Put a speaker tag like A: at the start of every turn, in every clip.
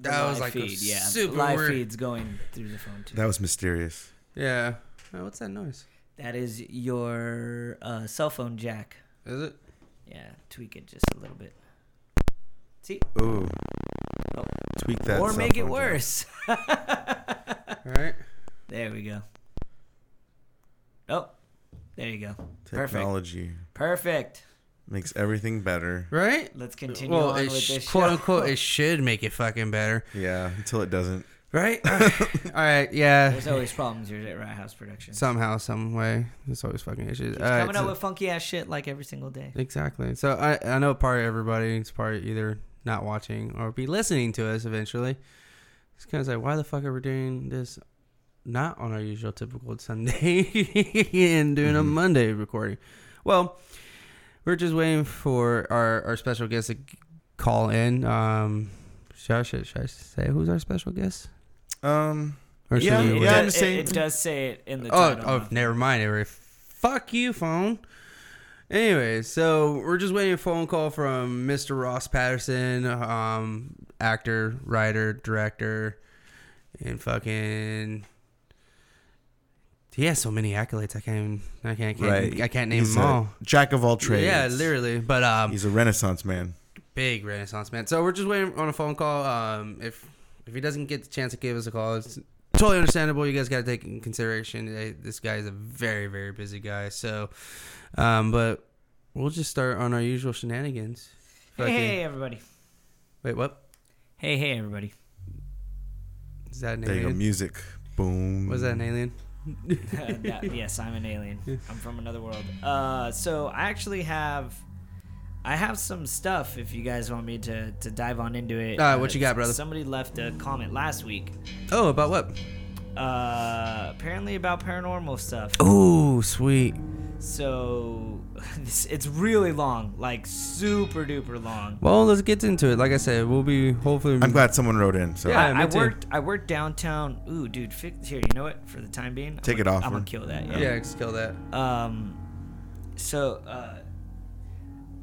A: That was like a super
B: live
A: weird-
B: feeds going through the phone too.
C: That was mysterious.
A: Yeah. Oh, what's that noise?
B: That is your uh, cell phone jack.
A: Is it?
B: Yeah, tweak it just a little bit. See,
C: Ooh.
B: Oh.
C: Tweak that.
B: or
C: cell
B: make it
C: phone jack.
B: worse.
A: All right.
B: there we go. Oh, there you go. Perfect.
C: Technology
B: Perfect.
C: makes everything better.
A: Right?
B: Let's continue
A: well,
B: on
A: it
B: with
A: sh-
B: this
A: quote
B: show.
A: unquote, it should make it fucking better.
C: Yeah, until it doesn't.
A: Right? All right. Yeah.
B: There's always problems here at Rat House Productions.
A: Somehow, some way, there's always fucking issues.
B: Keeps
A: All right,
B: coming up
A: so-
B: with funky ass shit like every single day.
A: Exactly. So I I know part of everybody is probably either not watching or be listening to us eventually. It's kind of like why the fuck are we doing this? Not on our usual typical Sunday and doing
C: Mm-hmm.
A: a Monday recording. Well, we're just waiting for our, our special guest to call in. Um, should I, should, should I say who's our special guest?
C: Um.
A: Or should
C: Yeah,
A: we
C: yeah,
A: wait?
B: it,
C: I'm
B: does,
C: saying-
B: it, it does say it in the
A: Oh,
B: title.
A: oh, never mind. Every fuck you, phone. Anyway, so we're just waiting a phone call from Mr. Ross Patterson, um, actor, writer, director, and fucking. He has so many accolades. I can't. Even, I can't. I can't, I can't name
C: He's
A: them
C: a
A: all.
C: Jack of all trades.
A: Yeah, literally. But um,
C: He's a renaissance man.
A: big renaissance man. So we're just waiting on a phone call. Um, if if he doesn't get the chance to give us a call, it's totally understandable. You guys got to take in consideration eh, this guy is a very very busy guy. So, um, but we'll just start on our usual shenanigans.
B: Hey,
A: Fucking-
B: hey, everybody.
A: Wait, what?
B: Hey, hey, everybody.
A: Is that an
C: There you go.
A: alien?
C: Music. Boom.
A: Was that an alien?
B: That- yes, I'm an alien. I'm from another world. Uh, so I actually have, I have some stuff. If you guys want me to to dive on into it, Uh,
A: All right, what you got, brother?
B: Somebody left a comment last week,
A: Oh, about what?
B: uh, apparently about paranormal stuff.
A: Oh, sweet.
B: So this, it's really long, like super duper long.
A: Well, let's get into it. Like I said, we'll be hopefully.
C: I'm glad someone wrote in. So
A: Yeah, me
B: I, I
A: too.
B: worked. I worked downtown. Ooh, dude, fi- here. You know what? For the time being,
C: Take
B: I'm
C: it
B: gonna-
C: off,
B: I'm
C: man.
B: gonna kill that.
A: Yeah, just kill that.
B: Um, so uh,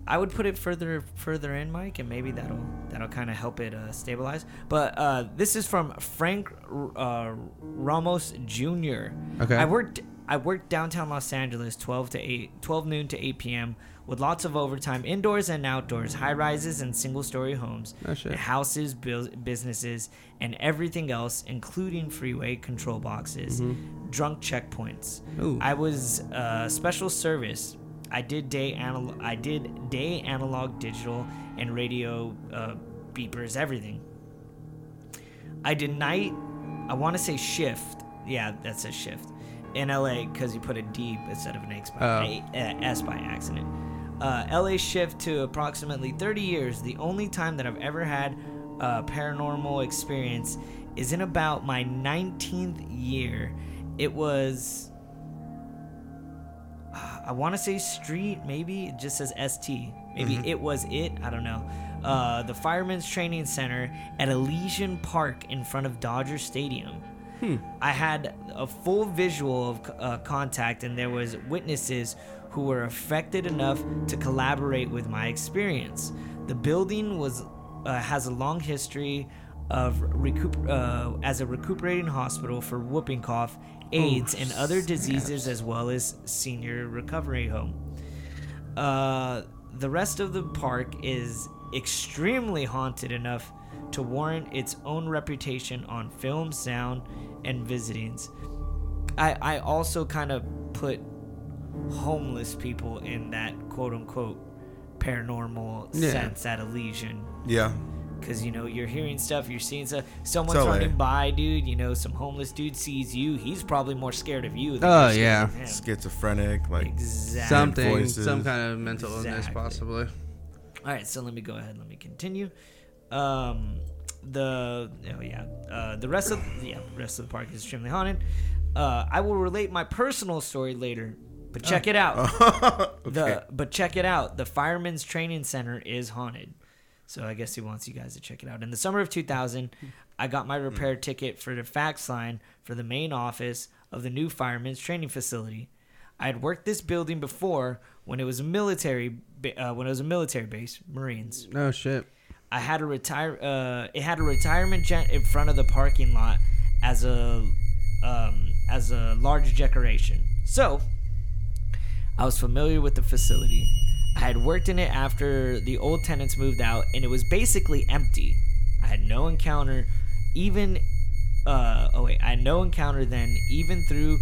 B: I would put it further further in, Mike, and maybe that'll that'll kind of help it uh, stabilize. But uh, this is from Frank uh, Ramos Jr.
A: Okay.
B: I worked I worked downtown Los Angeles, 12 to 8, 12 noon to 8 p.m. with lots of overtime indoors and outdoors, high rises and single story homes,
A: Oh, shit.
B: and houses, bu- businesses, and everything else, including freeway control boxes, drunk checkpoints.
A: Ooh.
B: I was uh, special service. I did day analog. I did day analog, digital, and radio uh, beepers, everything. I did night. I want to say shift. Yeah, that's a shift in LA because you put a D instead of an X by
A: Oh.
B: a- a- S by accident. Uh, LA shift to approximately 30 years. The only time that I've ever had a paranormal experience is in about my 19th year. It was I want to say street, maybe it just says ST. Maybe it was it. I don't know. Uh, the Firemen's Training Center at Elysian Park in front of Dodger Stadium. I had a full visual of c- uh, contact, and there was witnesses who were affected enough to collaborate with my experience. The building was uh, has a long history of recup- uh, as a recuperating hospital for whooping cough, AIDS, and other diseases, as well as senior recovery home. Uh, the rest of the park is extremely haunted enough to warrant its own reputation on film, sound, and visitings. I, I also kind of put homeless people in that quote unquote paranormal
A: Yeah.
B: sense at Elysian.
C: yeah.
B: Because, you know, you're hearing stuff, you're seeing stuff. Someone's
C: Totally.
B: running by, dude. You know, some homeless dude sees you. He's probably more scared of you than
A: Oh,
B: you're scared
A: yeah.
B: of him.
C: Schizophrenic. Like.
B: Exactly.
A: Something,
C: voices.
A: some kind of mental illness,
B: Exactly.
A: possibly.
B: All right, so let me go ahead. Let me continue. Um, the oh yeah, uh, the rest of yeah, rest of the park is extremely haunted. Uh, I will relate my personal story later, but check it out. The but check it out. The Firemen's Training Center is haunted, so I guess he wants you guys to check it out. In the summer of 2000, I got my repair ticket for the fax line for the main office of the new Firemen's Training Facility. I had worked this building before when it was a military ba- uh, when it was a military base, Marines.
A: Oh shit.
B: I had a retire. Uh, it had a retirement tent in front of the parking lot as a um, as a large decoration. So I was familiar with the facility. I had worked in it after the old tenants moved out, and it was basically empty. I had no encounter, even. Uh, oh wait, I had no encounter then, even through,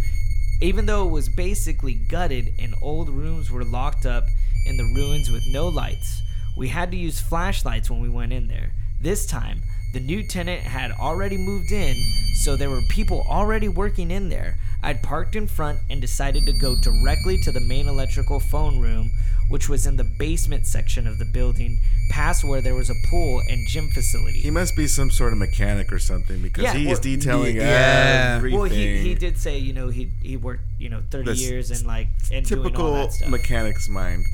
B: even though it was basically gutted and old rooms were locked up in the ruins with no lights. We had to use flashlights when we went in there. This time, the new tenant had already moved in, so there were people already working in there. I'd parked in front and decided to go directly to the main electrical phone room, which was in the basement section of the building, past where there was a pool and gym facility.
C: He must be some sort of mechanic or something because
B: Yeah,
C: he is
B: well-
C: detailing
A: Yeah.
C: everything.
B: Well, he, he did say, you know, he he worked, you know, 30
C: That's
B: years and like and doing all
C: Typical
B: that stuff.
C: mechanic's mind.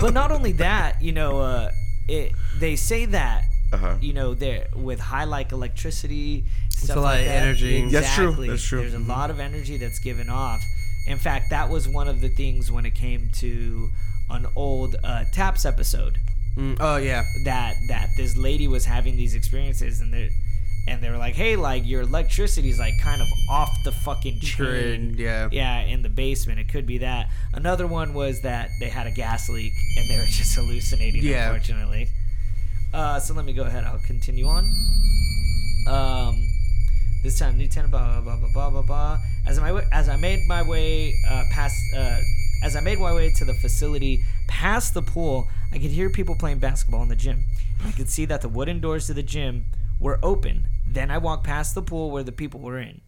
B: but not only that, you know, uh, it, they say that,
C: Uh-huh.
B: you know, there with high like electricity, stuff
A: a lot
B: like
A: of
B: that.
A: energy.
C: That's true,
B: Exactly.
C: that's true. Mm-hmm.
B: There's a lot of energy that's given off. In fact, that was one of the things when it came to an old uh, Taps episode
A: Mm, oh yeah.
B: that that this lady was having these experiences and they and they were like, hey, like your electricity's like kind of off the fucking chain.
A: Grid, yeah.
B: Yeah, in the basement. It could be that. Another one was that they had a gas leak and they were just hallucinating,
A: Yeah.
B: unfortunately. Uh, so let me go ahead. I'll continue on. Um, this time, new tenant, blah, blah, blah, blah, blah, blah. As I, wa- as I made my way uh, past. Uh, as I made my way to the facility past the pool, I could hear people playing basketball in the gym. I could see that the wooden doors to the gym were open. Then I walked past the pool where the people were in.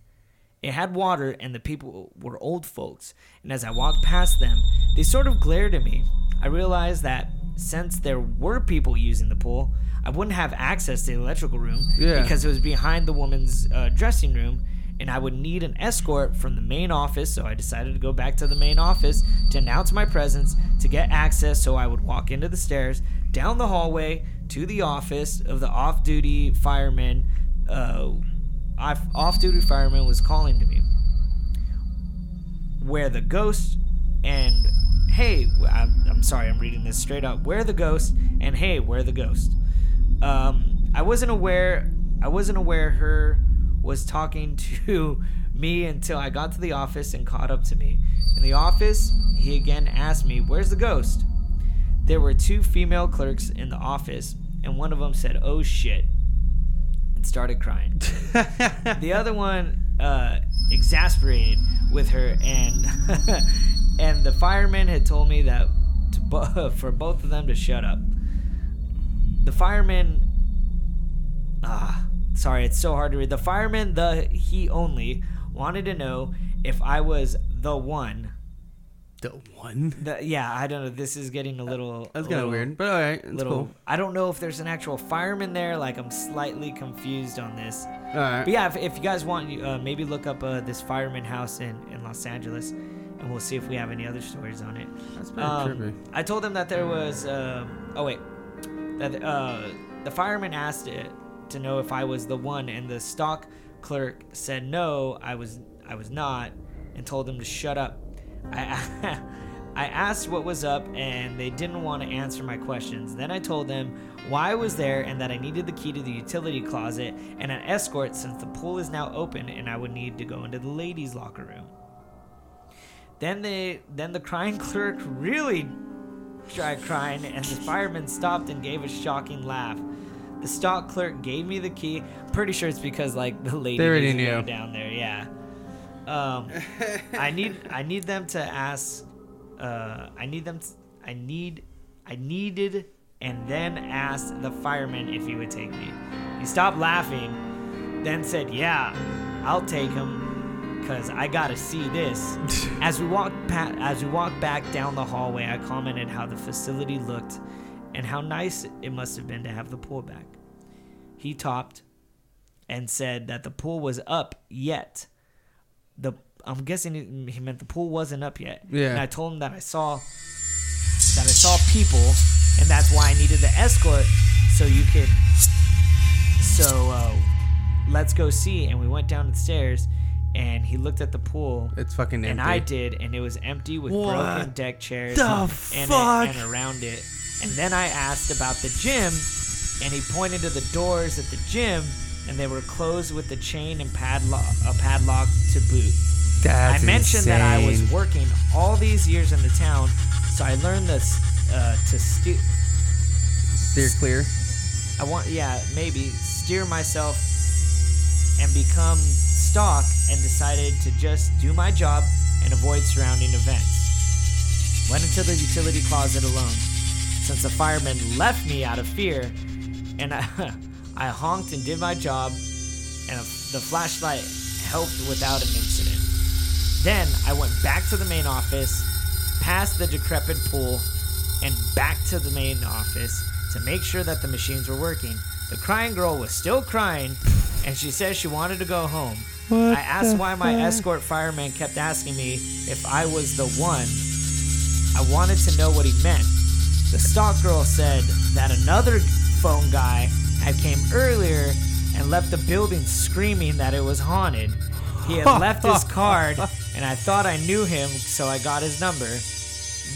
B: It had water, and the people were old folks. And as I walked past them, they sort of glared at me. I realized that since there were people using the pool, I wouldn't have access to the electrical room
A: Yeah.
B: because it was behind the woman's uh, dressing room, and I would need an escort from the main office. So I decided to go back to the main office to announce my presence to get access. So I would walk into the stairs, down the hallway to the office of the off-duty fireman. Uh, I- off-duty fireman was calling to me. Where the ghost and hey, I'm, I'm sorry, I'm reading this straight up. Where the ghost and hey, where the ghost? Um, I wasn't aware. I wasn't aware her was talking to me until I got to the office and caught up to me. In the office, he again asked me, "Where's the ghost?" There were two female clerks in the office, and one of them said, "Oh shit," and started crying. The other one uh, exasperated with her, and and the fireman had told me that to bo- for both of them to shut up. The fireman, ah, sorry, it's so hard to read. The fireman, the he only wanted to know if I was the one.
A: The one.
B: The, yeah, I don't know. This is getting a little.
A: That's
B: a
A: kind of
B: little-
A: weird, but all right, it's
B: Little.
A: cool.
B: I don't know if there's an actual fireman there. Like I'm slightly confused on this.
A: All right.
B: But yeah, if, if you guys want, you, uh, maybe look up uh, this fireman house in, in Los Angeles, and we'll see if we have any other stories on it.
A: That's pretty trippy.
B: Um, I told them that there was. Um, oh wait, that uh, the fireman asked it to know if I was the one, and the stock clerk said no, I was I was not, and told them to shut up. I I asked what was up, and they didn't want to answer my questions. Then I told them why I was there and that I needed the key to the utility closet and an escort since the pool is now open and I would need to go into the ladies' locker room. Then they then the crying clerk really tried crying and the fireman stopped and gave a shocking laugh. The stock clerk gave me the key. Pretty sure it's because like the lady
A: They already
B: doesn't go
A: knew.
B: down there, yeah. Um, I need I need them to ask uh, I need them. t- I need. I needed, and then asked the fireman if he would take me. He stopped laughing, then said, "Yeah, I'll take him, cause I gotta see this." as we walked pa- as we walked back down the hallway, I commented how the facility looked, and how nice it must have been to have the pool back. He topped, and said that the pool was up yet. The I'm guessing he- he meant the pool wasn't up yet.
A: Yeah.
B: And I told him that I saw that I saw people, and that's why I needed the escort, so you could. So uh, let's go see. And we went down the stairs, and he looked at the pool,
A: It's fucking empty.
B: and I did, and it was empty with
A: What
B: broken deck chairs
A: the
B: and, and-
A: fuck?
B: and around it. And then I asked about the gym, and he pointed to the doors at the gym, and they were closed with a chain and padlock, a padlock to boot.
A: That's
B: I mentioned that I was
A: insane.
B: working all these years in the town, so I learned this uh, to steer.
A: Steer clear.
B: I want, yeah, maybe steer myself and become stock, and decided to just do my job and avoid surrounding events. Went into the utility closet alone, since the fireman left me out of fear, and I, I honked and did my job, and the flashlight helped without an incident. Then I went back to the main office, past the decrepit pool, and back to the main office to make sure that the machines were working. The crying girl was still crying, and she said she wanted to go home. I asked why my escort fireman kept asking me if I was the one. I wanted to know what he meant. The stock girl said that another phone guy had came earlier and left the building screaming that it was haunted. He had left his card and I thought I knew him, so I got his number.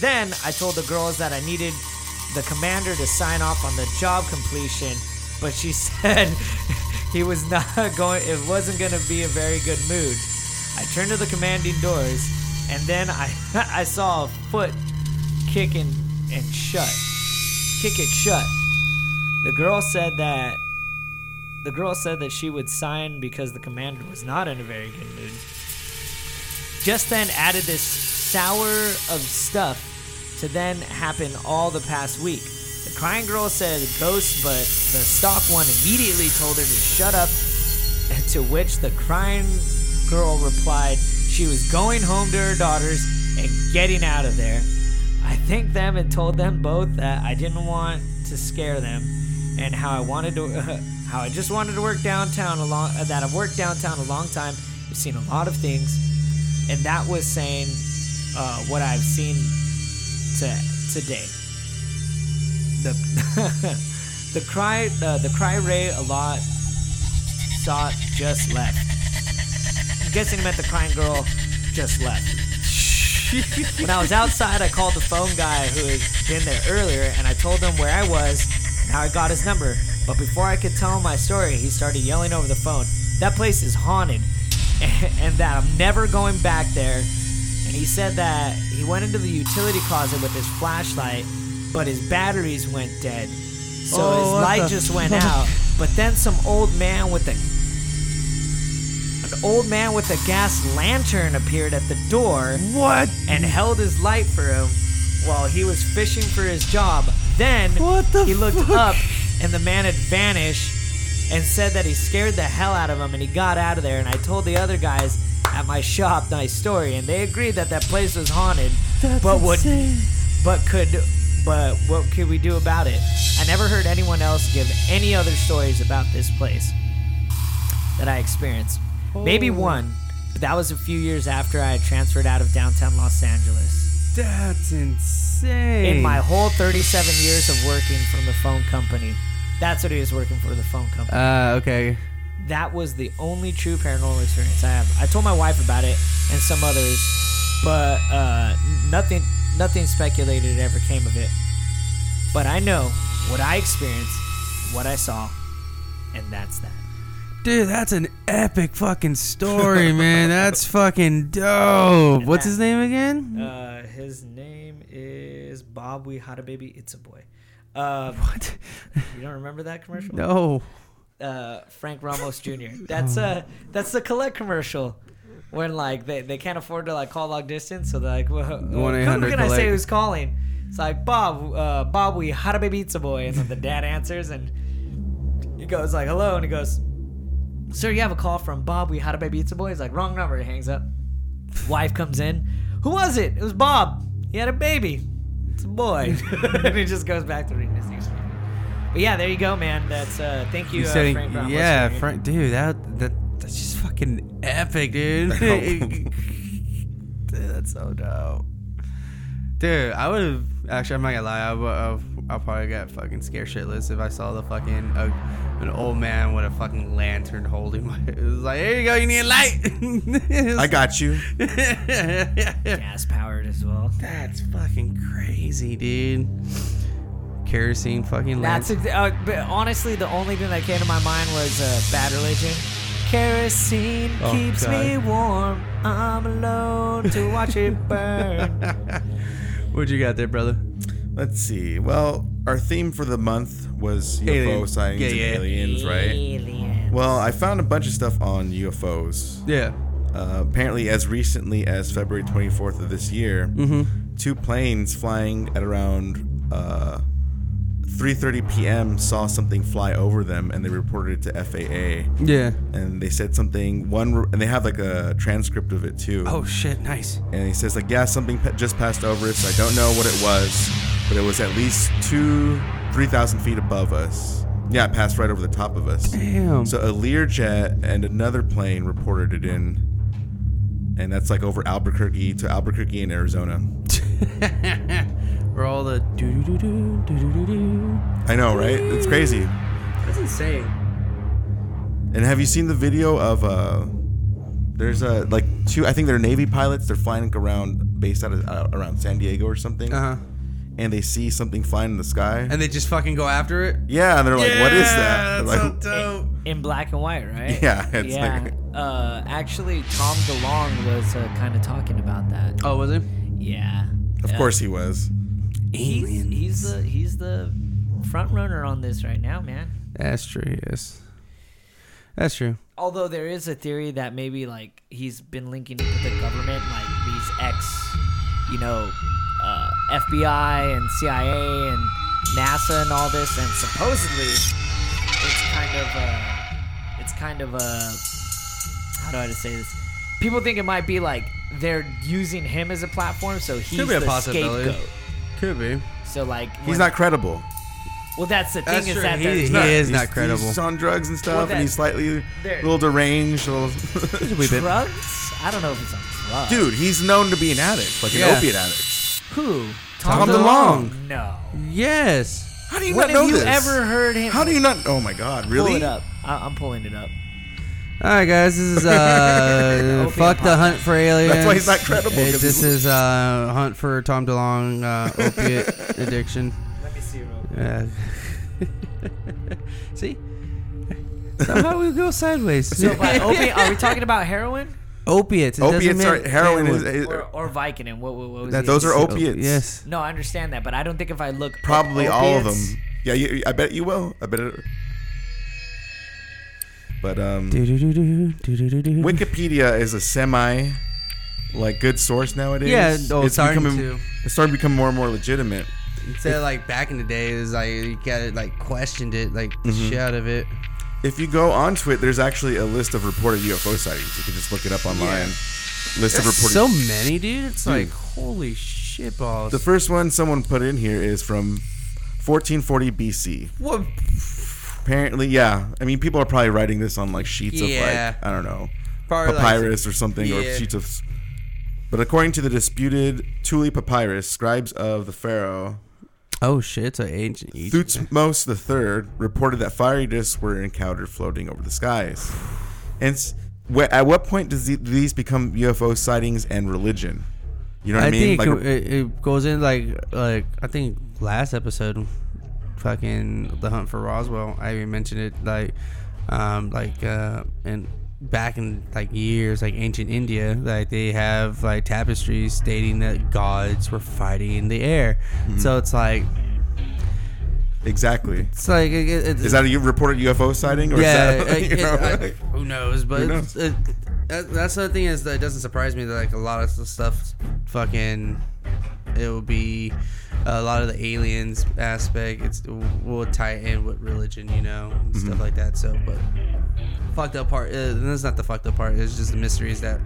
B: Then I told the girls that I needed the commander to sign off on the job completion, but she said he was not going it wasn't going to be a very good mood. I turned to the commanding doors and then I I saw a foot kicking and shut. Kick it shut. The girl said that the girl said that she would sign because the commander was not in a very good mood. Just then added this sour of stuff to then happen all the past week. The crying girl said ghost, but the stock one immediately told her to shut up, to which the crying girl replied she was going home to her daughters and getting out of there. I thanked them and told them both that I didn't want to scare them and how I wanted to how I just wanted to work downtown a long that I've worked downtown a long time. I've seen a lot of things, and that was saying uh, what I've seen to today. The the cry uh, the cry ray a lot thought just left. I'm guessing it meant the crying girl just left. When I was outside, I called the phone guy who had been there earlier, and I told him where I was and how I got his number. But before I could tell him my story, he started yelling over the phone, "That place is haunted, and, and that I'm never going back there." And he said that he went into the utility closet with his flashlight, but his batteries went dead, so
A: Oh,
B: his
A: what
B: light
A: the
B: just went out. But then some old man with a an old man with a gas lantern appeared at the door
A: What?
B: and held his light for him while he was fishing for his job. Then
A: What the
B: he looked
A: fuck?
B: up and the man had vanished and said that he scared the hell out of him and he got out of there. And I told the other guys at my shop my story and they agreed that that place was haunted,
A: That's
B: but would
A: insane.
B: but could but what could we do about it? I never heard anyone else give any other stories about this place that I experienced. Maybe one, but that was a few years after I had transferred out of downtown Los Angeles.
A: That's insane.
B: In my whole 37 years of working from the phone company, that's what he was working for the phone company.
A: Uh, okay.
B: that was the only true paranormal experience I have. I told my wife about it and some others, but uh, n- nothing nothing speculated ever came of it. But I know what I experienced, what I saw, and that's that.
A: Dude, that's an epic fucking story, man. That's fucking dope. What's his name again?
B: Uh, his name is Bob. We had a baby. It's a boy. Uh,
A: What?
B: you don't remember that commercial?
A: No.
B: Uh, Frank Ramos Jr. That's uh,
A: Oh.
B: that's the collect commercial. When like they, they can't afford to like call long distance, so they're like, well, uh, who, who
A: 1-800
B: can I say
A: collect.
B: who's calling? It's like Bob, uh, Bob, we had a baby. It's a boy, and then the dad answers and he goes like, hello, and he goes, sir, you have a call from Bob. We had a baby. It's a boy. He's like, wrong number. He hangs up. Wife comes in. Who was it? It was Bob. He had a baby. It's a boy. and he just goes back to reading his newspaper. But yeah, there you go, man. That's uh, thank you,
A: You
B: uh,
A: said-
B: Frank. Ramos
A: yeah,
B: Jr.
A: Frank. Dude, that that that's just fucking epic, dude. dude, that's so dope. Dude, I would have actually. I'm not gonna lie. I would. I, I probably got fucking scared shitless if I saw the fucking uh, an old man with a fucking lantern holding my. It was like, here you go. You need a light.
C: I got you.
A: got.
B: Gas powered as well.
A: That's fucking crazy, dude. kerosene fucking
B: That's
A: lamps.
B: ex- uh, but honestly the only thing that came to my mind was uh, Bad Religion. Kerosene
A: Oh,
B: keeps
A: God.
B: me warm. I'm alone to watch it burn.
A: what you got there, brother?
C: Let's see. Well, our theme for the month was UFO
A: Alien.
C: sightings
A: Yeah,
C: and
A: yeah.
C: aliens, right?
B: Alien.
C: Well, I found a bunch of stuff on UFOs.
A: Yeah.
C: Uh, apparently, as recently as February 24th of this year,
A: Mm-hmm.
C: two planes flying at around uh, 3:30 p.m. saw something fly over them, and they reported it to FAA.
A: Yeah.
C: And they said something. One, and they have like a transcript of it too.
A: Oh shit! Nice.
C: and he says like yeah something pa- just passed over us i don't know what it was but it was at least two three thousand feet above us yeah it passed right over the top of us
A: Damn.
C: so a learjet and another plane reported it in and that's like over albuquerque to albuquerque in arizona
A: Or all the doo doo doo doo doo doo doo doo.
C: i know right it's crazy
A: That's insane.
C: and have you seen the video of uh there's a like two i think they're navy pilots they're flying around based out of uh, around san diego or something
A: Uh huh.
C: and they see something flying in the sky
A: And they just fucking go after it.
C: yeah and they're like what is that They're like,
A: dope.
B: in black and white, right?
C: Yeah, it's
B: yeah.
C: like-
B: uh, actually, Tom DeLong was uh, kind of talking about that.
A: Oh, was it?
B: Yeah.
C: Of
B: Yeah.
C: course he was.
B: He's, he's the he's the front runner on this right now, man.
A: That's true. Yes. That's true.
B: Although there is a theory that maybe like he's been linking with the government, like these ex, you know, uh, FBI and CIA and NASA and all this, and supposedly it's kind of a, it's kind of a, how do I just say this? People think it might be like they're using him as a platform, so he's
A: be a
B: the
A: possibility.
B: scapegoat.
A: Could be.
B: So like
C: He's
B: when-
C: not credible.
B: Well, that's the thing
A: That's
B: is
A: true.
B: that
A: He-
B: there's
A: he
B: not
A: is
C: He's-
A: not credible.
C: He's on drugs and stuff,
B: Well, that-
C: and he's slightly
B: there-
C: a little deranged. A little
A: Just a wee bit.
B: drugs. I don't know if he's on drugs.
C: Dude, he's known to be an addict, like
A: Yeah.
C: an opiate addict.
B: who?
C: Tom DeLonge.
B: No.
A: Yes.
C: How do you
B: When
C: not know
B: have you
C: this?
B: ever heard him?
C: How do you not? Oh my God,
B: pull
C: really?
B: it up? I- I'm pulling it up.
A: All right, guys. This is uh,
B: Opium
A: fuck the hunt for aliens.
C: That's why he's not credible.
A: Hey,
C: 'cause
A: this
C: he's-
A: is uh, hunt for Tom DeLong uh, opiate addiction.
B: Let me see. Real
A: Uh, see, somehow we go sideways.
B: So by opiate, are we talking about heroin
A: opiates. It doesn't
C: opiates
A: mean-
C: are heroin is. is-
B: or, or Vicodin? What, what, what was
A: That-
B: the-
C: those are
A: Opi-
C: opiates.
A: Yes.
B: No, I understand that, but I don't think if I look up
C: probably all of
B: opiates-
C: them. Yeah, you, I bet you will. I bet it. But um,
A: Do-do-do-do, do-do-do-do.
C: Wikipedia is a semi, like good source nowadays.
A: Yeah, oh, it's starting
C: becoming,
A: to.
C: It's starting to become more and more legitimate.
A: Instead of like back in the day, it was like you got it like questioned it like the
C: Mm-hmm.
A: shit out of it.
C: If you go onto it, there's actually a list of reported UFO sightings. You can just look it up online. List of
A: There's
C: reported.
A: so many, dude. It's like
C: Dude.
A: holy shit balls.
C: the first one someone put in here is from 1440 BC.
A: what?
C: Apparently, yeah. I mean, people are probably writing this on like sheets
A: Yeah.
C: of like I don't know,
A: Probably, like,
C: papyrus or something, or
A: yeah.
C: sheets of. s- But according to the disputed Thule papyrus, scribes of the pharaoh
A: Oh shit! It's an ancient Egypt.
C: Thutmose III reported that fiery discs were encountered floating over the skies. And s- wh- at what point does the- these become UFO sightings and religion? You know what I,
A: I
C: mean?
A: think
C: Like,
A: it, it, it goes in like like I think last episode, fucking the hunt for Roswell. I even mentioned it like, um, like uh, and back in like years like ancient India, like they have like tapestries stating that gods were fighting in the air.
C: Mm-hmm.
A: So it's like
C: exactly.
A: it's like it, it, it's,
C: Is that a u- reported UFO sighting? Or
A: yeah.
C: Is that,
A: it-
C: you
A: it-
C: know,
A: I-
C: like-
A: who knows? But
C: Who
A: it's- It, that, that's the thing is that it doesn't surprise me that like a lot of the stuff, fucking, it will be a lot of the aliens aspect. It's will tie in with religion, you know, and
C: Mm-hmm.
A: stuff like that. So, but fucked up part. Uh, and that's not the fucked up part. It's just the mysteries that.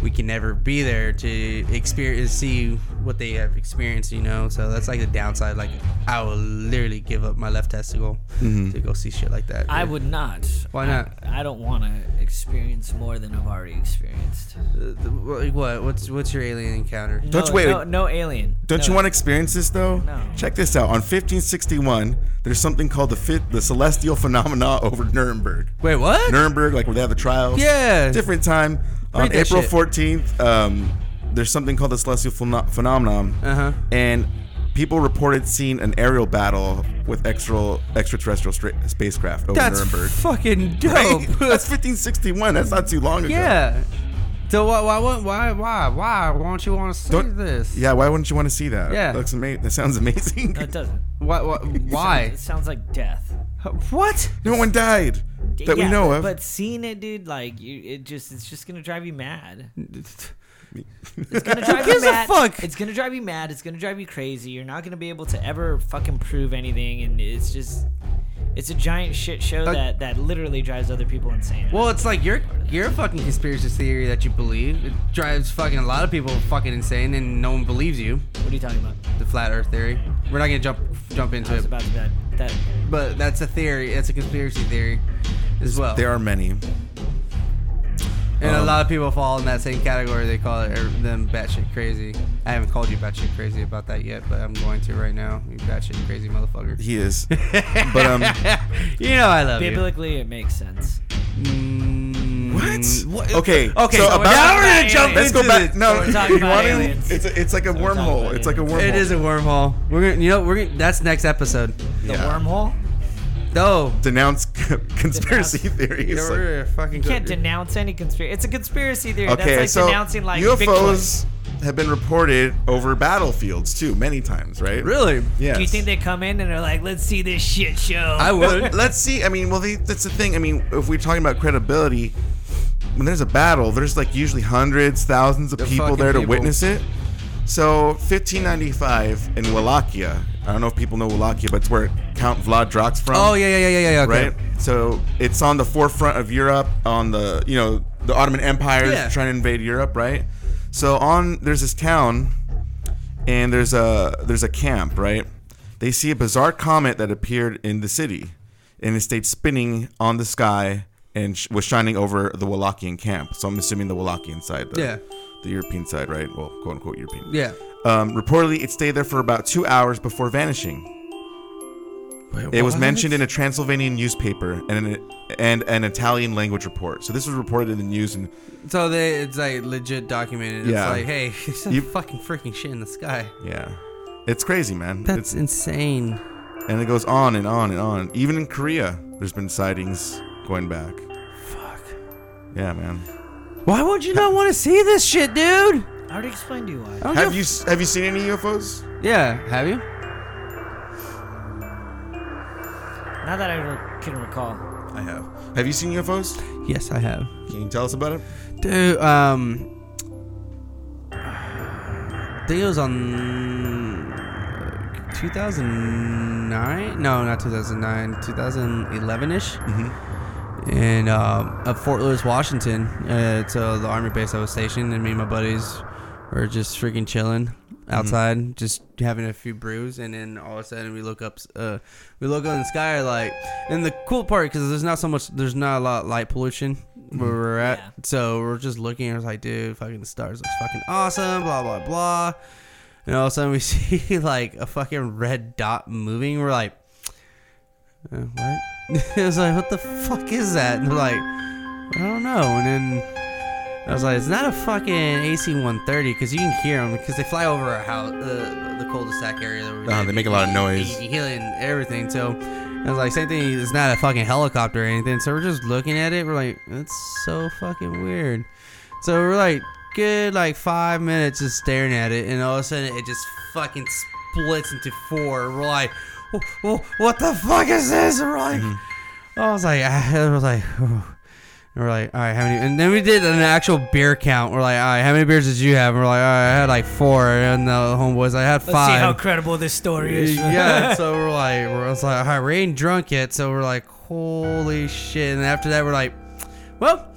A: We can never be there to experience, see what they have experienced, you know. So that's like the downside. Like, I will literally give up my left testicle
C: Mm-hmm.
A: to go see shit like that.
B: I
A: dude.
B: would not.
A: Why not?
B: I, I don't want to experience more than I've already experienced.
A: Uh, th- wh- what? What's what's your alien encounter?
B: No,
C: you- wait,
B: no,
C: wait.
B: no alien.
C: Don't you want to experience this though?
B: No.
C: Check this out. On 1561, there's something called the fit, the celestial phenomena over Nuremberg.
A: Wait, what?
C: Nuremberg, like where they have the trials.
A: Yeah.
C: Different time.
A: Read
C: On
A: that
C: April
A: shit.
C: 14th, um, there's something called the celestial pheno- phenomenon.
A: Uh-huh.
C: And people reported seeing an aerial battle with extra, extraterrestrial stra- spacecraft over
A: That's
C: Nuremberg.
A: fucking
C: Hey,
A: dope.
C: that's 1561. That's not too long ago.
A: yeah. So why why why why why why don't you want to see
C: Don't-
A: this?
C: Yeah, why wouldn't you want to see that?
A: Yeah.
C: Looks ama- that sounds amazing.
B: No, it doesn't.
A: Why why? why?
B: It sounds like death.
A: What?
C: no one died that we
B: Yeah,
C: know
B: but-
C: of.
B: But seeing it, dude, like you, it just it's just gonna drive you mad. It's gonna drive
A: gives
B: you
A: a
B: mad.
A: fuck?
B: It's gonna drive you mad. It's gonna drive you crazy. You're not gonna be able to ever fucking prove anything, and it's just it's a giant shit show
A: Uh,
B: that that literally drives other people insane.
A: Well, it's like your your fucking conspiracy theory that you believe it drives fucking a lot of people fucking insane, and no one believes you.
B: what are you talking about?
A: The flat Earth theory. We're not gonna jump jump into
B: I was
A: it,
B: about to that. that
A: but that's a theory. That's a conspiracy theory as well.
C: there are many.
A: and a
C: um,
A: lot of people fall in that same category. They call it er, them batshit crazy. I haven't called you batshit crazy about that yet, but I'm going to right now. You batshit crazy motherfucker.
C: He is. but um,
A: You know I love you.
B: biblically, it makes sense.
A: Mm,
C: what? Okay.
A: Okay,
C: So
A: so
C: about,
A: we're now we're gonna jump
C: Let's
A: into
C: go back.
A: this.
C: No,
B: So we're talking
C: you
B: about
C: wanna-
B: aliens.
C: It's a, it's like a
B: we're talking
C: wormhole.
B: about
C: It's like a wormhole.
A: It is a wormhole. We're gonna, you know, we're gonna. That's next episode.
B: The
C: Yeah.
B: wormhole.
A: Though.
C: Denounce c- conspiracy
A: Yeah,
C: theories. like-
A: we're gonna fucking.
B: You can't
A: go-
B: denounce any conspiracy. It's a conspiracy theory.
C: okay,
B: That's like
C: so
B: denouncing like Bitcoin.
C: UFOs have been reported over battlefields too, many times, right?
A: Really?
C: Yes.
B: Do you think they come in and are like, "Let's see this shit show"?
A: I
C: Well,
A: would.
C: let's see. I mean, well, they, that's the thing. I mean, if we're talking about credibility, when there's a battle, there's like usually hundreds, thousands of
A: The
C: people
A: fucking
C: there to
A: people.
C: witness it. So, 1595 in Wallachia. I don't know if people know Wallachia, but it's where Count Vlad Drac's from.
A: Oh yeah, yeah, yeah, yeah, yeah. Okay.
C: Right. So it's on the forefront of Europe, on the you know the Ottoman Empire is
A: Yeah.
C: trying to invade Europe, right? So on there's this town, and there's a there's a camp, right? They see a bizarre comet that appeared in the city, and it stayed spinning on the sky and sh- was shining over the Wallachian camp. So I'm assuming the Wallachian side, the,
A: Yeah.
C: the European side, right? Well, quote unquote European.
A: Yeah.
C: Um, reportedly, it stayed there for about two hours before vanishing. It was mentioned in a Transylvanian newspaper and an, and an Italian language report. So this was reported in the news, and
A: So they, it's like legit documented. It's
C: Yeah.
A: like, hey, there's some
C: You-
A: fucking freaking shit in the sky.
C: yeah, it's crazy, man.
A: That's insane.
C: It's- and it goes on and on and on. Even in Korea, there's been sightings going back.
A: Fuck.
C: Yeah, man.
A: Why would you not want to see this shit, dude?
B: I already explained to you why.
A: I don't
C: Have
A: give
C: you s- have you seen any UFOs?
A: a- Yeah. Have you?
B: Not that I re- can recall.
C: I have. Have you seen UFOs?
A: Yes, I have.
C: Can you tell us about it?
A: Dude, um, I think it was on uh, 2009. No, not 2009. 2011 ish. In um, up Fort Lewis, Washington. Uh, so the army base I was stationed, and me and my buddies were just freaking chilling outside, just having a few brews, and then all of a sudden we look up, uh, we look up in the sky, like, and the cool part because there's not so much, there's not a lot of light pollution where we're at,
B: Yeah.
A: so we're just looking. I was like, dude, fucking the stars looks fucking awesome, blah blah blah, and all of a sudden we see like a fucking red dot moving. We're like, uh, what? I was like, what the fuck is that? And they're like, I don't know. And then I was like, it's not a fucking AC 130 because you can hear them because they fly over our house, uh, the cul-de-sac area. That we
C: Uh,
A: live
C: they
A: in.
C: make a lot of noise.
A: You can hear it and everything. So I was like, same thing. It's not a fucking helicopter or anything. So we're just looking at it. We're like, that's so fucking weird. So we're like, good, like five minutes just staring at it, and all of a sudden it just fucking splits into four. We're like, "Wh- wh- what the fuck is this? And we're like,
B: Mm-hmm.
A: I was like, I was like, and we're like, all right, how many? And then we did an actual beer count. We're like, all right, how many beers did you have? And we're like, all right, I had like four, and the homeboys, I had
B: Let's see how
A: five.
B: credible this story is.
A: yeah, so we're like, we're I was like, all right, we ain't drunk yet, so we're like, holy shit. And after that, we're like, well,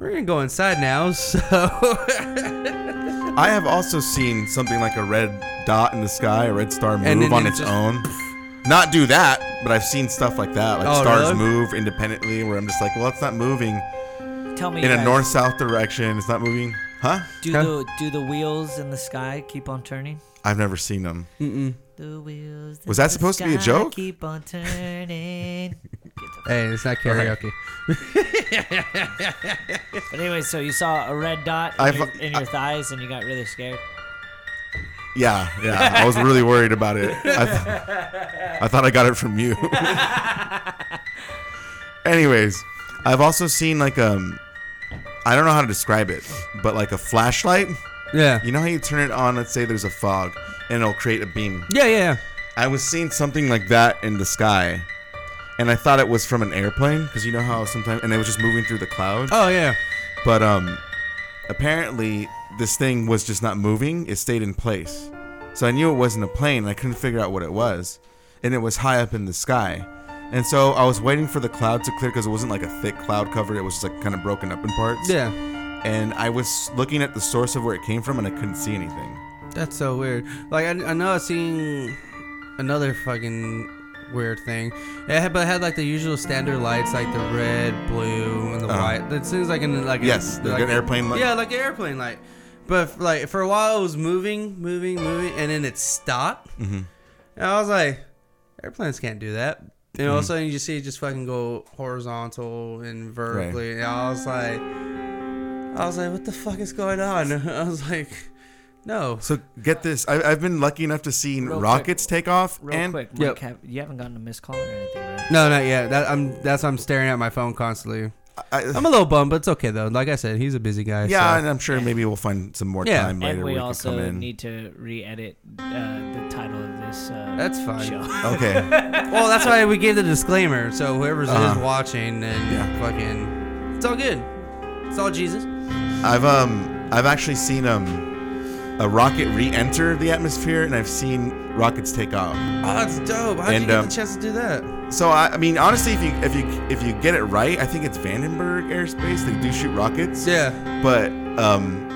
A: we're gonna go inside now, so.
C: I have also seen something like a red dot in the sky, a red star
A: And
C: move
A: then
C: on
A: it
C: its
A: just-
C: own. Not do that, but I've seen stuff like that, like
A: Oh,
C: stars
A: really?
C: move independently, where I'm just like, well, it's not moving
B: Tell me,
C: in a
B: guys,
C: north-south direction. It's not moving, huh?
B: do
A: Huh?
B: the do the wheels in the sky keep on turning?
C: I've never seen them.
A: Mm-mm.
B: The wheels.
C: Was
B: in
C: that
B: the
C: supposed to be a
B: sky
C: joke?
B: Keep on turning. Get the-
A: Hey, it's not karaoke.
B: but anyway, so you saw a red dot in,
C: I've-
B: your, in
C: I-
B: your thighs and you got really scared.
C: Yeah, yeah. I was really worried about it. I, th- I thought I got it from you. Anyways, I've also seen like um, I don't know how to describe it, but like a flashlight.
A: Yeah.
C: You know how you turn it on? Let's say there's a fog, and it'll create a beam.
A: Yeah, yeah, yeah.
C: I was seeing something like that in the sky, and I thought it was from an airplane because you know how sometimes and it was just moving through the clouds.
A: Oh, yeah.
C: But um, apparently this thing was just not moving; it stayed in place. So I knew it wasn't a plane. And I couldn't figure out what it was, and it was high up in the sky. And so I was waiting for the cloud to clear because it wasn't like a thick cloud cover; it was just like kind of broken up in parts.
A: Yeah.
C: And I was looking at the source of where it came from, and I couldn't see anything.
A: That's so weird. Like, I, I know I've seen another fucking weird thing. It had, but it had, like, the usual standard lights, like the red, blue, and the
C: Uh-huh.
A: white. It seems like an, like, a-
C: Yes, like an airplane light.
A: Yeah, like an airplane light. But, like, for a while it was moving, moving, moving, and then it stopped.
C: Mhm.
A: And I was like, airplanes can't do that. And all of a
C: Mm-hmm.
A: sudden you just see it just fucking go horizontal and vertically. And I was like, I was like, what the fuck is going on? I was like, no.
C: So get this. I, I've been lucky enough to see
B: Real quick.
C: rockets take off
B: Real
C: and
B: quick,
A: Yep.
B: Mike, have, you haven't gotten a missed call or anything, right?
A: No, not yet. That, I'm that's I'm staring at my phone constantly.
C: I,
A: I'm a little bummed, but it's okay though. Like I said, he's a busy guy.
C: yeah,
A: so-
C: and I'm sure maybe we'll find some more
A: Yeah.
C: time later.
B: And we
C: where can come
B: also
C: in.
B: need to re-edit uh, the title of this uh,
A: That's fine.
B: show.
C: okay.
A: Well, that's why we gave the disclaimer. So whoever's
C: Uh-huh.
A: is watching, and
C: Yeah.
A: fucking, it's all good. It's all Jesus.
C: I've um I've actually seen um a rocket re-enter the atmosphere, and I've seen rockets take off.
A: Oh, that's dope. How did
C: And,
A: you get
C: um,
A: the chance to do that?
C: So I, I mean, honestly, if you if you if you get it right, I think it's Vandenberg airspace. They do shoot rockets.
A: Yeah.
C: But um,